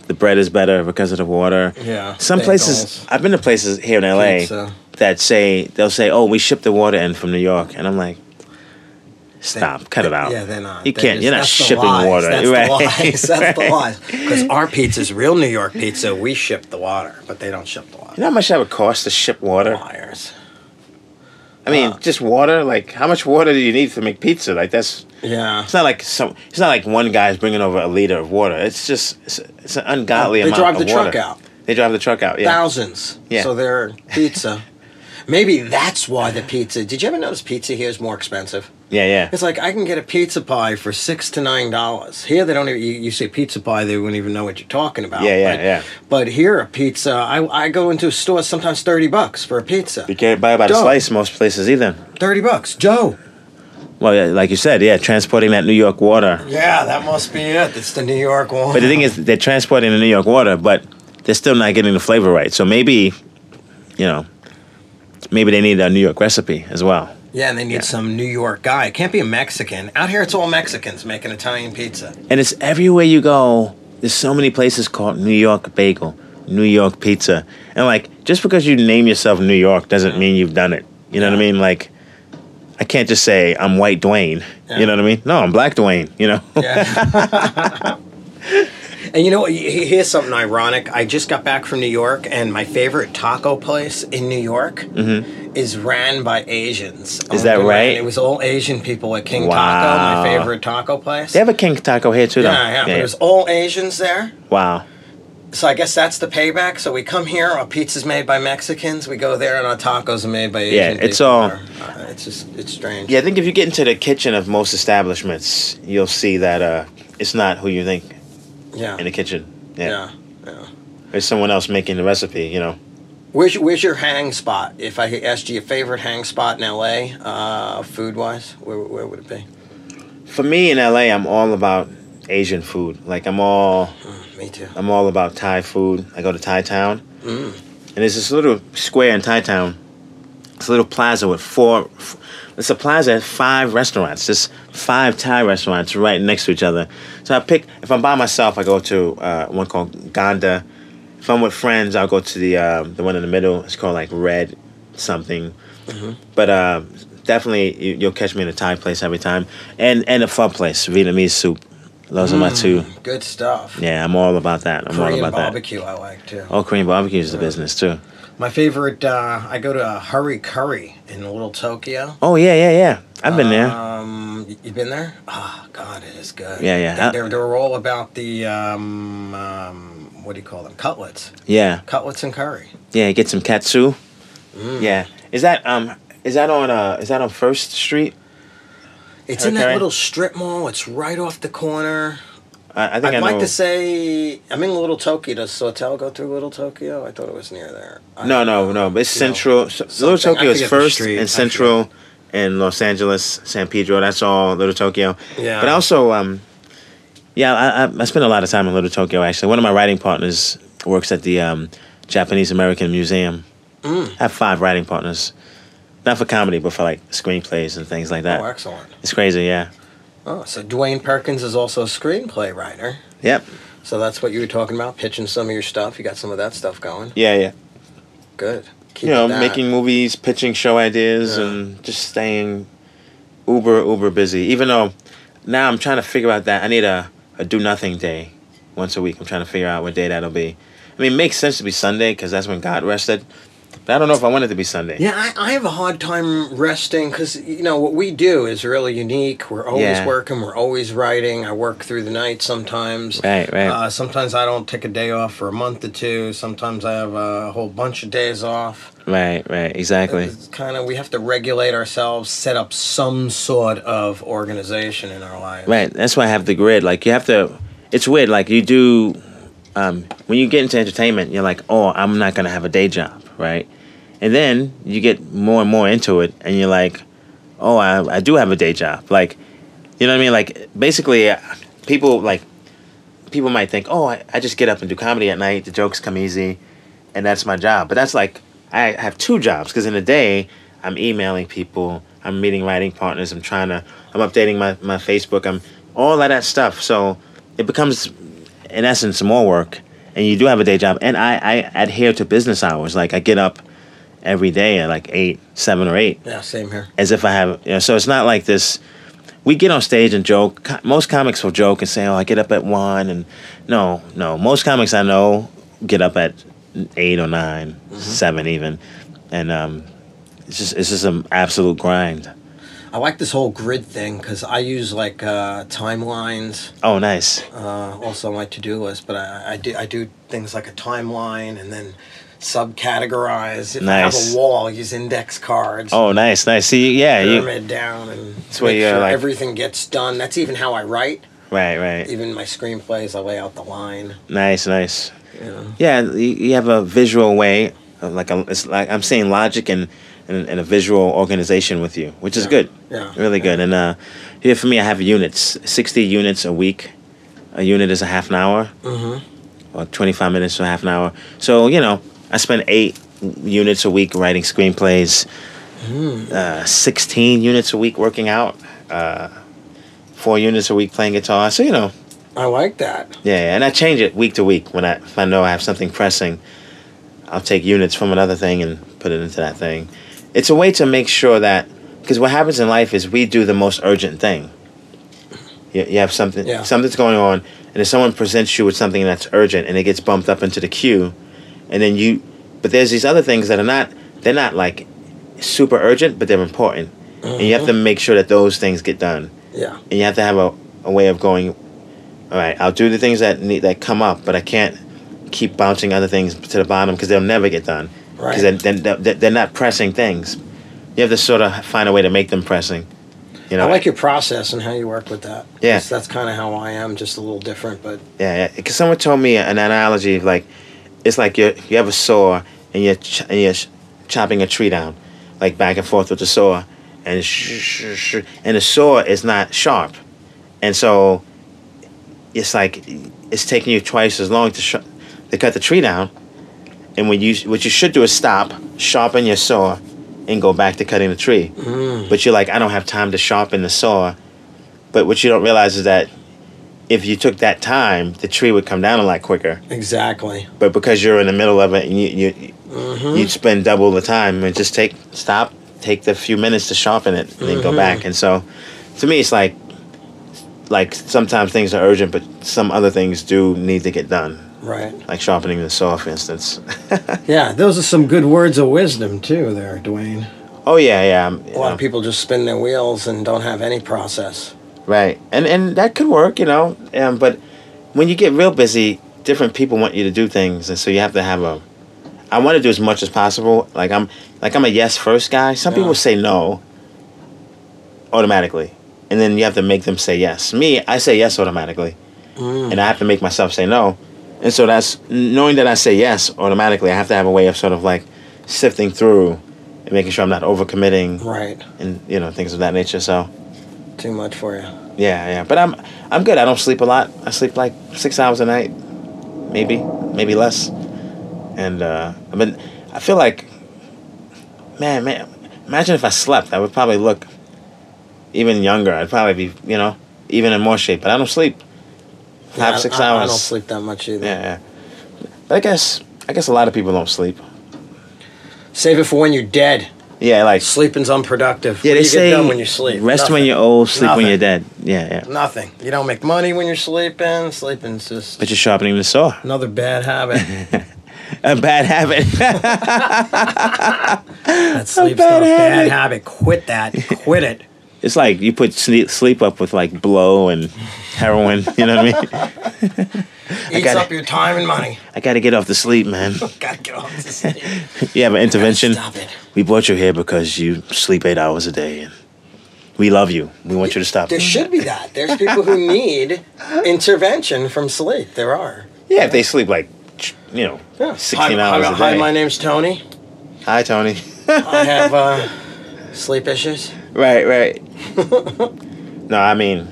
S2: the bread is better because of the water.
S1: Yeah,
S2: Some
S1: bagels.
S2: places I've been to places here in LA
S1: Pizza.
S2: that say they'll say, "Oh, we ship the water in from New York," and I'm like, "Stop, cut it out."
S1: Yeah, they're not.
S2: You
S1: They're
S2: can't.
S1: just-
S2: you're not
S1: that's the
S2: shipping
S1: lies.
S2: water,
S1: That's
S2: right?
S1: the lies. That's the lies. Because our pizza's real New York pizza. We ship the water, but they don't ship the
S2: You
S1: water.
S2: know how much that would cost to ship water?
S1: Liars.
S2: I mean,
S1: uh,
S2: just water. Like, how much water do you need to make pizza? Like, that's
S1: Yeah.
S2: It's not like some. It's not like one guy's bringing over a liter of water. It's just it's, it's an ungodly
S1: They
S2: amount.
S1: drive
S2: of
S1: the truck
S2: water.
S1: out.
S2: They drive the truck out. Yeah.
S1: Thousands.
S2: Yeah.
S1: So their pizza. Maybe that's why the pizza. Did you ever notice pizza here is more expensive?
S2: Yeah, yeah.
S1: It's like I can get a pizza pie for six to nine dollars. Here they don't even. You, you say pizza pie, they wouldn't even know what you're talking about.
S2: Yeah, yeah,
S1: but,
S2: yeah.
S1: But here a pizza, I, I go into a store sometimes thirty bucks for a pizza.
S2: You can't buy about
S1: Dough.
S2: a slice most places either.
S1: Thirty bucks, Joe.
S2: Well, yeah, like you said, yeah, transporting that New York water.
S1: Yeah, that must be it. It's the New York one.
S2: But the thing is, they're transporting the New York water, but they're still not getting the flavor right. So maybe, you know, maybe they need a New York recipe as well.
S1: yeah, and they need some New York guy. It can't be a Mexican. Out here, it's all Mexicans making Italian pizza.
S2: And it's everywhere you go. There's so many places called New York Bagel, New York Pizza, and like just because you name yourself New York doesn't mean you've done it. You know what I mean? Like, I can't just say I'm White Dwayne.
S1: Yeah.
S2: You know what I mean? No, I'm Black Dwayne. You know?
S1: Yeah. and you know, what? He- here's something ironic. I just got back from New York, and my favorite taco place in New York is ran by Asians.
S2: Mm-hmm. Is that
S1: Only ran-
S2: right?
S1: It was all Asian people at King
S2: Wow.
S1: Taco, my favorite taco place.
S2: they have a King Taco here too, though.
S1: yeah, yeah, But it was all Asians there.
S2: wow.
S1: So I guess that's the payback. So we come here, our pizza's made by Mexicans. We go there, and our tacos are made by
S2: Yeah,
S1: Asian
S2: it's
S1: people.
S2: all-
S1: Uh, it's just it's strange.
S2: Yeah, I think if you get into the kitchen of most establishments, you'll see that uh, it's not who you think
S1: yeah,
S2: in the kitchen. Yeah.
S1: yeah, yeah.
S2: There's someone else making the recipe. You know?
S1: Where's your, where's your hang spot? If I asked you your favorite hang spot in LA, uh, food wise, where, where would it be?
S2: For me in LA, I'm all about Asian food. Like I'm all.
S1: Me too.
S2: I'm all about Thai food. I go to Thai Town, and there's this little square in Thai Town. It's a little plaza with four. f- It's a plaza at five restaurants. Just five Thai restaurants right next to each other. So I pick. If I'm by myself, I go to uh, one called Ganda. If I'm with friends, I'll go to the um, the one in the middle. It's called like Red something. But uh, definitely, you, you'll catch me in a Thai place every time, and and a pho place, Vietnamese soup. Those are my two.
S1: Good stuff.
S2: Yeah, I'm all about that. I'm
S1: Korean
S2: all about that.
S1: barbecue, I like too.
S2: Oh, Korean barbecue is the business too.
S1: My favorite, uh, I go to Hurry Curry in Little Tokyo.
S2: Oh yeah, yeah, yeah. I've been there.
S1: Um, y- you been there? Oh God, it is good.
S2: Yeah, yeah.
S1: They, they, they were all about the um, um, what do you call them? Cutlets,
S2: Yeah,
S1: cutlets and curry.
S2: yeah. Get some katsu.
S1: Mm.
S2: Yeah. Is that um? Is that on uh? Is that on First Street?
S1: It's in that
S2: Okay.
S1: little strip mall. It's right off the corner.
S2: I, I think
S1: I'd
S2: I know.
S1: like to say I'm in Little Tokyo. Does Sotel go through Little Tokyo? I thought it was near there. I
S2: no,
S1: don't
S2: no,
S1: know.
S2: no. But it's
S1: No.
S2: Central. so- Little
S1: Something- I
S2: Tokyo is
S1: forget the
S2: first
S1: street, I
S2: and Central, and Los Angeles, San Pedro. That's all Little Tokyo.
S1: Yeah.
S2: But also um, yeah. I I, I spend a lot of time in Little Tokyo. Actually, one of my writing partners works at the um, Japanese American Museum.
S1: Mm.
S2: I have five writing partners. Not for comedy, but for like screenplays and things like that.
S1: Oh, excellent.
S2: It's crazy, yeah.
S1: Oh, so Dwayne Perkins is also a screenplay writer.
S2: Yep.
S1: So that's what you were talking about, pitching some of your stuff. You got some of that stuff going.
S2: Yeah, yeah.
S1: Good. Keep
S2: You know,
S1: that.
S2: making movies, pitching show ideas,
S1: Yeah.
S2: and just staying uber, uber busy. Even though now I'm trying to figure out that I need a, a do nothing day once a week. I'm trying to figure out what day that'll be. I mean, it makes sense to be Sunday because that's when God rested. I don't know if I want it to be Sunday.
S1: Yeah, I, I have a hard time resting because, you know, what we do is really unique. We're always
S2: Yeah.
S1: working, we're always writing. I work through the night sometimes.
S2: Right, right.
S1: Uh, sometimes I don't take a day off for a month or two. Sometimes I have a whole bunch of days off.
S2: Right, right, exactly.
S1: It's kind of, we have to regulate ourselves, set up some sort of organization in our lives.
S2: Right. That's why I have the grid. Like you have to. It's weird. Like you do. Um, when you get into entertainment, you're like, oh, I'm not gonna have a day job, right? And then you get more and more into it, and you're like, oh, I, I do have a day job. Like, you know what I mean? Like basically, uh, people like people might think, oh, I, I just get up and do comedy at night. The jokes come easy, and that's my job. But that's like I have two jobs because in the day I'm emailing people, I'm meeting writing partners, I'm trying to, I'm updating my my Facebook, I'm all of that stuff. So it becomes, in essence, more work. And you do have a day job, and I I adhere to business hours. Like I get up every day at like eight, seven or eight
S1: Yeah, same here.
S2: as if I have. You know, so it's not like this. We get on stage and joke. Co- Most comics will joke and say, "Oh, I get up at one," and no, no. Most comics I know get up at eight or 9 seven even, and um, it's just it's just an absolute grind.
S1: I like this whole grid thing because I use like uh, timelines.
S2: Oh, nice.
S1: uh, also on my to-do list, but I, I do I do things like a timeline and then subcategorize. If I
S2: Nice.
S1: have a wall, I use index cards.
S2: Oh, nice, nice. See, yeah, you,
S1: Pyramid down and make
S2: where you're
S1: sure
S2: like-
S1: everything gets done. That's even how I write.
S2: right, right.
S1: Even my screenplays, I lay out the line.
S2: Nice, nice.
S1: You know.
S2: Yeah, you, you have a visual way, of like a, it's like I'm saying logic and, and and a visual organization with you, which is
S1: Yeah.
S2: good.
S1: Yeah.
S2: really good. And uh, here for me, I have units, sixty units a week. A unit is a half an hour, mm-hmm. or twenty five minutes to a half an hour. So you know, I spend eight units a week writing screenplays, uh, sixteen units a week working out, uh, four units a week playing guitar. So you know.
S1: I like that.
S2: Yeah, and I change it week to week when I if I know I have something pressing, I'll take units from another thing and put it into that thing. It's a way to make sure that because what happens in life is we do the most urgent thing. You, you have something
S1: Yeah.
S2: something's going on, and if someone presents you with something that's urgent and it gets bumped up into the queue, and then you, but there's these other things that are not they're not like super urgent, but they're important, and you have to make sure that those things get done
S1: Yeah.
S2: and you have to have a, a way of going all right i'll do the things that need that come up but i can't keep bouncing other things to the bottom because they'll never get done
S1: Right.
S2: because then they're, they're, they're not pressing things you have to sort of find a way to make them pressing you know
S1: I like your process and how you work with that.
S2: Yeah.
S1: That's- that's kind of how I am, just a little different, but
S2: yeah because someone told me an analogy of like it's like you you have a saw and you're ch- and you're sh- chopping a tree down like back and forth with the saw and sh- sh- sh- and the saw is not sharp and so it's like it's taking you twice as long to sh- to cut the tree down and when you what you should do is stop sharpen your saw and go back to cutting the tree but you're like i don't have time to sharpen the saw but what you don't realize is that if you took that time, the tree would come down a lot quicker.
S1: exactly.
S2: But because you're in the middle of it, and you you you'd spend double the time and just take stop, take the few minutes to sharpen it, and then go back. And so, to me, it's like like sometimes things are urgent, but some other things do need to get done,
S1: Right.
S2: like sharpening the saw, for instance.
S1: Yeah, those are some good words of wisdom, too, there, Dwayne.
S2: oh yeah, yeah. um,
S1: A
S2: you
S1: lot
S2: know.
S1: of people just spin their wheels and don't have any process.
S2: Right, and and that could work, you know. Um, but when you get real busy, different people want you to do things, and so you have to have a. I want to do as much as possible. Like I'm, like I'm a yes first guy. Some
S1: Yeah.
S2: people say no. Automatically, and then you have to make them say yes. Me, I say yes automatically,
S1: Mm.
S2: and I have to make myself say no. And so that's knowing that I say yes automatically. I have to have a way of sort of like sifting through and making sure I'm not overcommitting
S1: Right.
S2: and you know things of that nature. So.
S1: Too much for you.
S2: Yeah, yeah. But I'm I'm good. I don't sleep a lot. I sleep like six hours a night, maybe, maybe less. And uh, I've been. I feel like, man, man. Imagine if I slept. I would probably look even younger. I'd probably be, you know, even in more shape. But I don't sleep.
S1: Yeah,
S2: Five,
S1: I-
S2: six
S1: I,
S2: hours.
S1: I don't sleep that much either.
S2: Yeah, yeah. But I guess I guess a lot of people don't sleep.
S1: Save it for when you're dead.
S2: Yeah, like
S1: Sleeping's unproductive.
S2: yeah.
S1: What do
S2: They
S1: you
S2: say
S1: get done when you sleep.
S2: Rest when
S1: Nothing.
S2: you're old. Sleep
S1: Nothing.
S2: when you're dead. Yeah, yeah.
S1: Nothing. You don't make money when you're sleeping. Sleeping's just
S2: But you're sharpening the saw.
S1: another bad habit.
S2: a bad habit.
S1: That sleep
S2: bad
S1: stuff, bad
S2: habit.
S1: habit. Quit that. Quit it.
S2: it's like you put sne- sleep up with like blow and heroin. You know what I mean?
S1: Eats
S2: gotta-
S1: up your time and money.
S2: I gotta get off the sleep, man.
S1: Gotta get off this. thing.
S2: You have an intervention.
S1: Stop it.
S2: We brought you here because you sleep eight hours a day, and we love you. We want you to stop.
S1: There should be that. There's people who need intervention from sleep. There are.
S2: Yeah, if they sleep like you know, sixteen
S1: hi,
S2: hours
S1: hi,
S2: a
S1: hi,
S2: day.
S1: my name's Tony.
S2: Hi, Tony.
S1: I have uh, sleep issues.
S2: Right, right. no, I mean,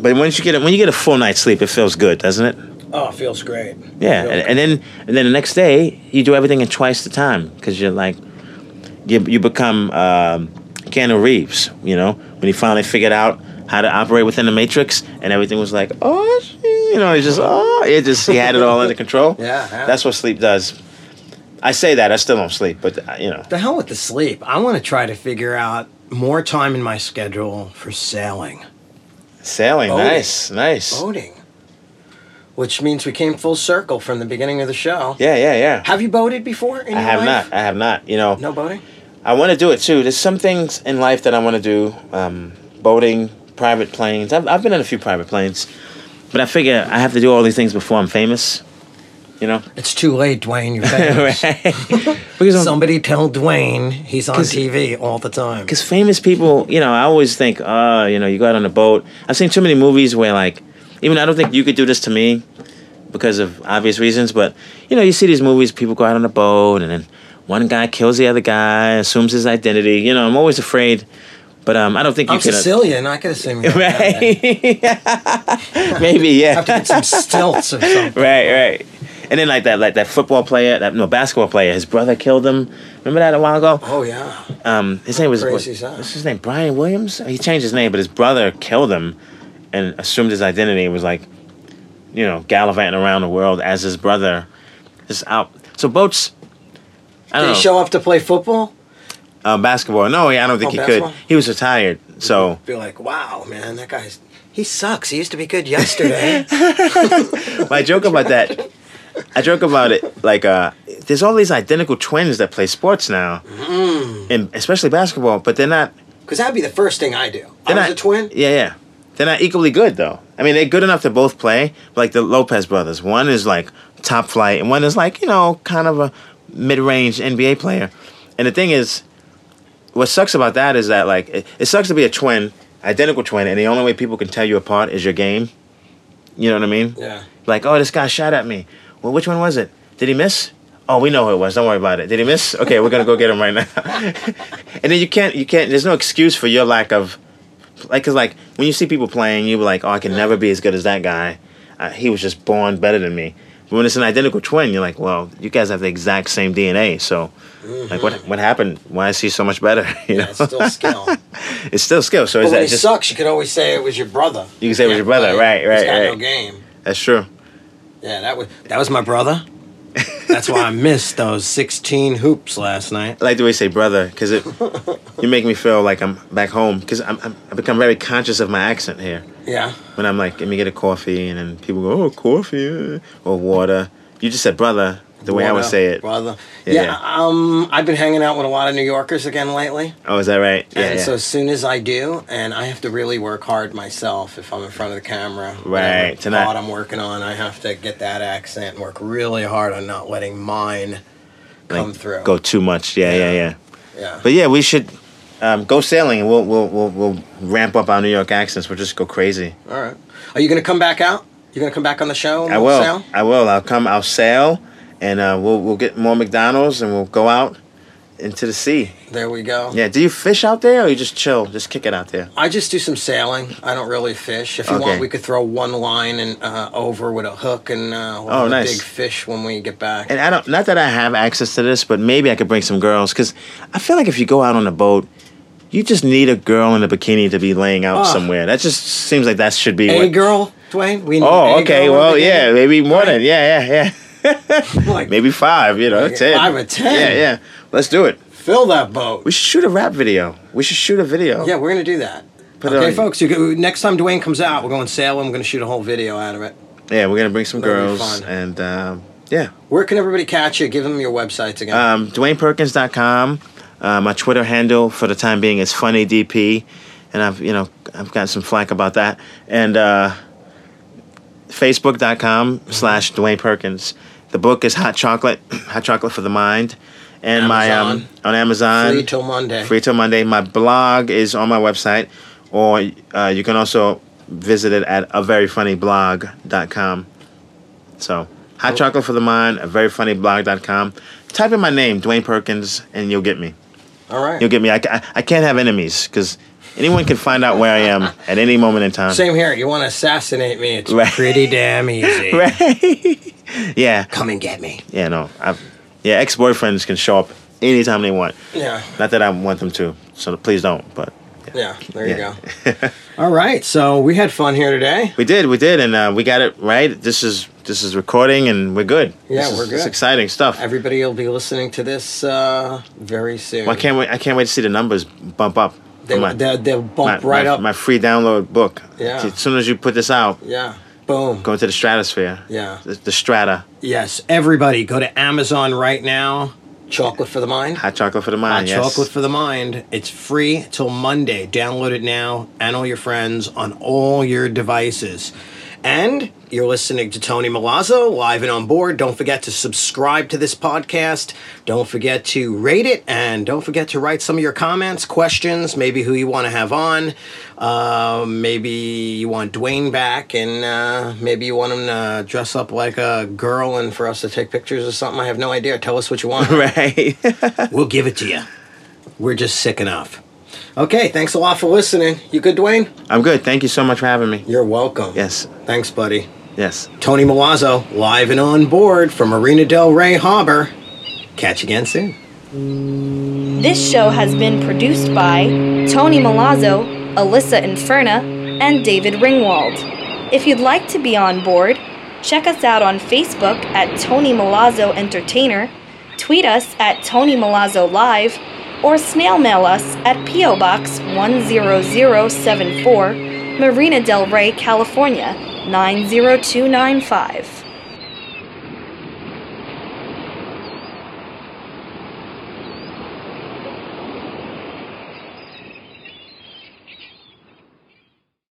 S2: but once you get a, when you get a full night's sleep, it feels good, doesn't it?
S1: Oh, it feels great.
S2: Yeah,
S1: Feels
S2: and, and then and then the next day you do everything in twice the time because you're like, you you become um, Keanu Reeves, you know, when he finally figured out how to operate within the matrix, and everything was like, oh, sh-" you know, it's just oh, it just he had it all under control.
S1: Yeah, yeah.
S2: that's what sleep does. I say that I still don't sleep, but uh, you know,
S1: The hell with the sleep. I want to try to figure out more time in my schedule for sailing,
S2: sailing,
S1: Boating.
S2: nice, nice.
S1: boating, which means we came full circle from the beginning of the show.
S2: Yeah, yeah, yeah.
S1: Have you boated before? In
S2: I
S1: your
S2: have
S1: life?
S2: not. I have not. You know,
S1: No boating.
S2: I want to do it too. There's some things in life that I want to do. Um, boating, private planes. I've, I've been on a few private planes, but I figure I have to do all these things before I'm famous. You know,
S1: It's too late, Dwayne. You're famous.
S2: right? because I'm-
S1: Somebody tell Dwayne he's on TV all the time.
S2: 'cause famous people, you know, I always think, oh, you know, you go out on a boat. I've seen too many movies where, like, even I don't think you could do this to me because of obvious reasons, but you know, you see these movies, people go out on a boat, and then one guy kills the other guy, assumes his identity. You know, I'm always afraid. But um, I don't think you
S1: I'm
S2: could.
S1: Sicilian. I could assume. You're
S2: Right. Maybe
S1: have to
S2: yeah.
S1: get some stilts or something.
S2: Right, right. And then like that, like that football player, that no basketball player, his brother killed him. Remember that a while ago?
S1: Oh yeah.
S2: Um, his name was
S1: Crazy
S2: what,
S1: son.
S2: what's his name? Brian Williams. He changed his name, but his brother killed him and assumed his identity. and was like, you know, gallivanting around the world as his brother, just out. So boats. I
S1: Did
S2: don't
S1: he
S2: know.
S1: show up to play football?
S2: uh, basketball. No, yeah, I don't think
S1: Oh,
S2: he could.
S1: basketball?
S2: He was retired, so.
S1: Be like, wow, man, that guy's he sucks. He used to be good yesterday.
S2: I joke about that. I joke about it like uh, there's all these identical twins that play sports now,
S1: Hmm.
S2: and especially basketball. But they're not.
S1: Because that'd be the first thing I do. I was
S2: They're not
S1: Oh, a twin.
S2: Yeah, yeah. They're not equally good though. I mean, they're good enough to both play. but, Like the Lopez brothers, one is like top flight, and one is like you know kind of a mid-range NBA player. And the thing is, what sucks about that is that like it, it sucks to be a twin, identical twin, and the only way people can tell you apart is your game. You know what I mean?
S1: Yeah.
S2: Like, oh, this guy shot at me. Well, which one was it? Did he miss? Oh, we know who it was. Don't worry about it. Did he miss? Okay, we're gonna go get him right now. and then you can't, you can't. There's no excuse for your lack of, like, cause like when you see people playing, you be like, oh, I can never be as good as that guy. Uh, he was just born better than me. But when it's an identical twin, you're like, well, you guys have the exact same DNA. So, like, what what happened? Why is he so much better? You know,
S1: That's still skill. but
S2: it's still skill. So is
S1: when
S2: that
S1: he
S2: just
S1: sucks, you could always say it was your brother.
S2: You can say it was your brother, right,
S1: He's
S2: right,
S1: got No
S2: right.
S1: game.
S2: that's true?
S1: Yeah, that was that was my brother. That's why I missed those sixteen hoops last night.
S2: I like the way you say brother because it you make me feel like I'm back home because I'm, I'm I become very conscious of my accent here
S1: Yeah.
S2: when I'm like let me get a coffee and then people go oh coffee uh," or water you just said brother the way I would
S1: Brother,
S2: say it
S1: Brother.
S2: Yeah,
S1: Yeah,
S2: yeah.
S1: Um, I've been hanging out with a lot of New Yorkers again lately.
S2: oh is that right yeah,
S1: and
S2: yeah.
S1: so as soon as I do, and I have to really work hard myself if I'm in front of the camera.
S2: Right, to not-
S1: What I'm working on, I have to get that accent. Work really hard on not letting mine come
S2: Like,
S1: through.
S2: go too much yeah yeah yeah,
S1: Yeah. yeah.
S2: but yeah we should um, go sailing and we'll, we'll we'll we'll ramp up our New York accents we'll just go crazy
S1: All right. Are you gonna come back out? You gonna come back on the show? and
S2: I
S1: we'll
S2: will
S1: sail?
S2: I will I'll come I'll sail and uh, we'll we'll get more McDonald's and we'll go out into the sea.
S1: There we go.
S2: Yeah, do you fish out there or you just chill, just kick it out there?
S1: I just do some sailing. I don't really fish. If you
S2: Okay.
S1: want, we could throw one line and uh, over with a hook, and uh, we'll have a
S2: Oh, nice.
S1: big fish when we get back.
S2: And I don't, not that I have access to this, but maybe I could bring some girls because I feel like if you go out on a boat, you just need a girl in a bikini to be laying out
S1: Oh.
S2: somewhere. That just seems like that should be.
S1: a
S2: what-
S1: girl, Dwayne. We need
S2: Oh,
S1: a
S2: okay.
S1: girl in
S2: Well,
S1: the
S2: yeah,
S1: beginning.
S2: maybe more than yeah, yeah, yeah.
S1: Like,
S2: Maybe five. You know,
S1: Like
S2: ten.
S1: five or 10.
S2: Yeah, yeah. Let's do it.
S1: fill that boat.
S2: We should shoot a rap video. We should shoot a video.
S1: Yeah, we're gonna do that.
S2: Put it
S1: okay,
S2: on-
S1: folks. You go, next time Dwayne comes out, we're going sailing. We're gonna shoot a whole video out of it.
S2: Yeah, we're gonna bring some
S1: That'd be
S2: girls
S1: fun.
S2: and um, Yeah.
S1: Where can everybody catch you? Give them your websites again.
S2: Um, DwaynePerkins.com. Uh, my Twitter handle for the time being is FunnyDP, and I've you know I've gotten some flack about that. And uh, Facebook.com slash Dwayne Perkins. The book is Hot Chocolate, Hot Chocolate for the Mind, and my um,
S1: Amazon.
S2: on Amazon.
S1: Free till Monday.
S2: Free till Monday. My blog is on my website, or uh, you can also visit it at a very funny blog.com. So, hot chocolate for the mind, a very funny blog.com. Type in my name, Dwayne Perkins, and you'll get me.
S1: All right.
S2: You'll get me. I, ca- I can't have enemies because anyone can find out where I am at any moment in time.
S1: Same here. You want to assassinate me? It's
S2: Right.
S1: pretty damn easy.
S2: Right? yeah.
S1: Come and get me.
S2: Yeah, no. I've, yeah, ex boyfriends can show up anytime they want.
S1: Yeah.
S2: Not that I want them to, so please don't, but.
S1: Yeah. There
S2: Yeah.
S1: you go. All right. So we had fun here today.
S2: We did, we did, and uh, we got it right. This is this is recording, and we're good.
S1: Yeah,
S2: This is-
S1: we're
S2: It's
S1: good.
S2: exciting stuff.
S1: Everybody will be listening to this uh, very soon.
S2: I can't wait. I can't wait to see the numbers bump up.
S1: They,
S2: on my,
S1: they'll, they'll
S2: my-
S1: bump right
S2: my-
S1: up.
S2: my free download book.
S1: Yeah.
S2: As soon as you put this out,
S1: yeah. Boom.
S2: go into the stratosphere.
S1: Yeah.
S2: The, the strata.
S1: Yes. Everybody go to Amazon right now. Chocolate for the Mind.
S2: Hot chocolate for the
S1: Hot
S2: mind. yes.
S1: Chocolate for the Mind. It's free till Monday. Download it now and all your friends on all your devices. And you're listening to Tony Milazzo live and on board. Don't forget to subscribe to this podcast. Don't forget to rate it. And don't forget to write some of your comments, questions, maybe who you want to have on. Uh, maybe you want Dwayne back. And uh, maybe you want him to dress up like a girl and for us to take pictures or something. I have no idea. Tell us what you want.
S2: Right.
S1: We'll give it to you. We're just sick enough. Okay, thanks a lot for listening. You good, Dwayne?
S2: I'm good. Thank you so much for having me.
S1: You're welcome.
S2: Yes.
S1: Thanks, buddy.
S2: Yes.
S1: Tony Milazzo, live and on board from Marina Del Rey Harbor. Catch you again soon.
S3: This show has been produced by Tony Milazzo, Alyssa Inferna, and David Ringwald. If you'd like to be on board, check us out on Facebook at Tony Milazzo Entertainer, tweet us at Tony Milazzo Live, or snail mail us at P.O. Box 10074, Marina Del Rey, California 90295.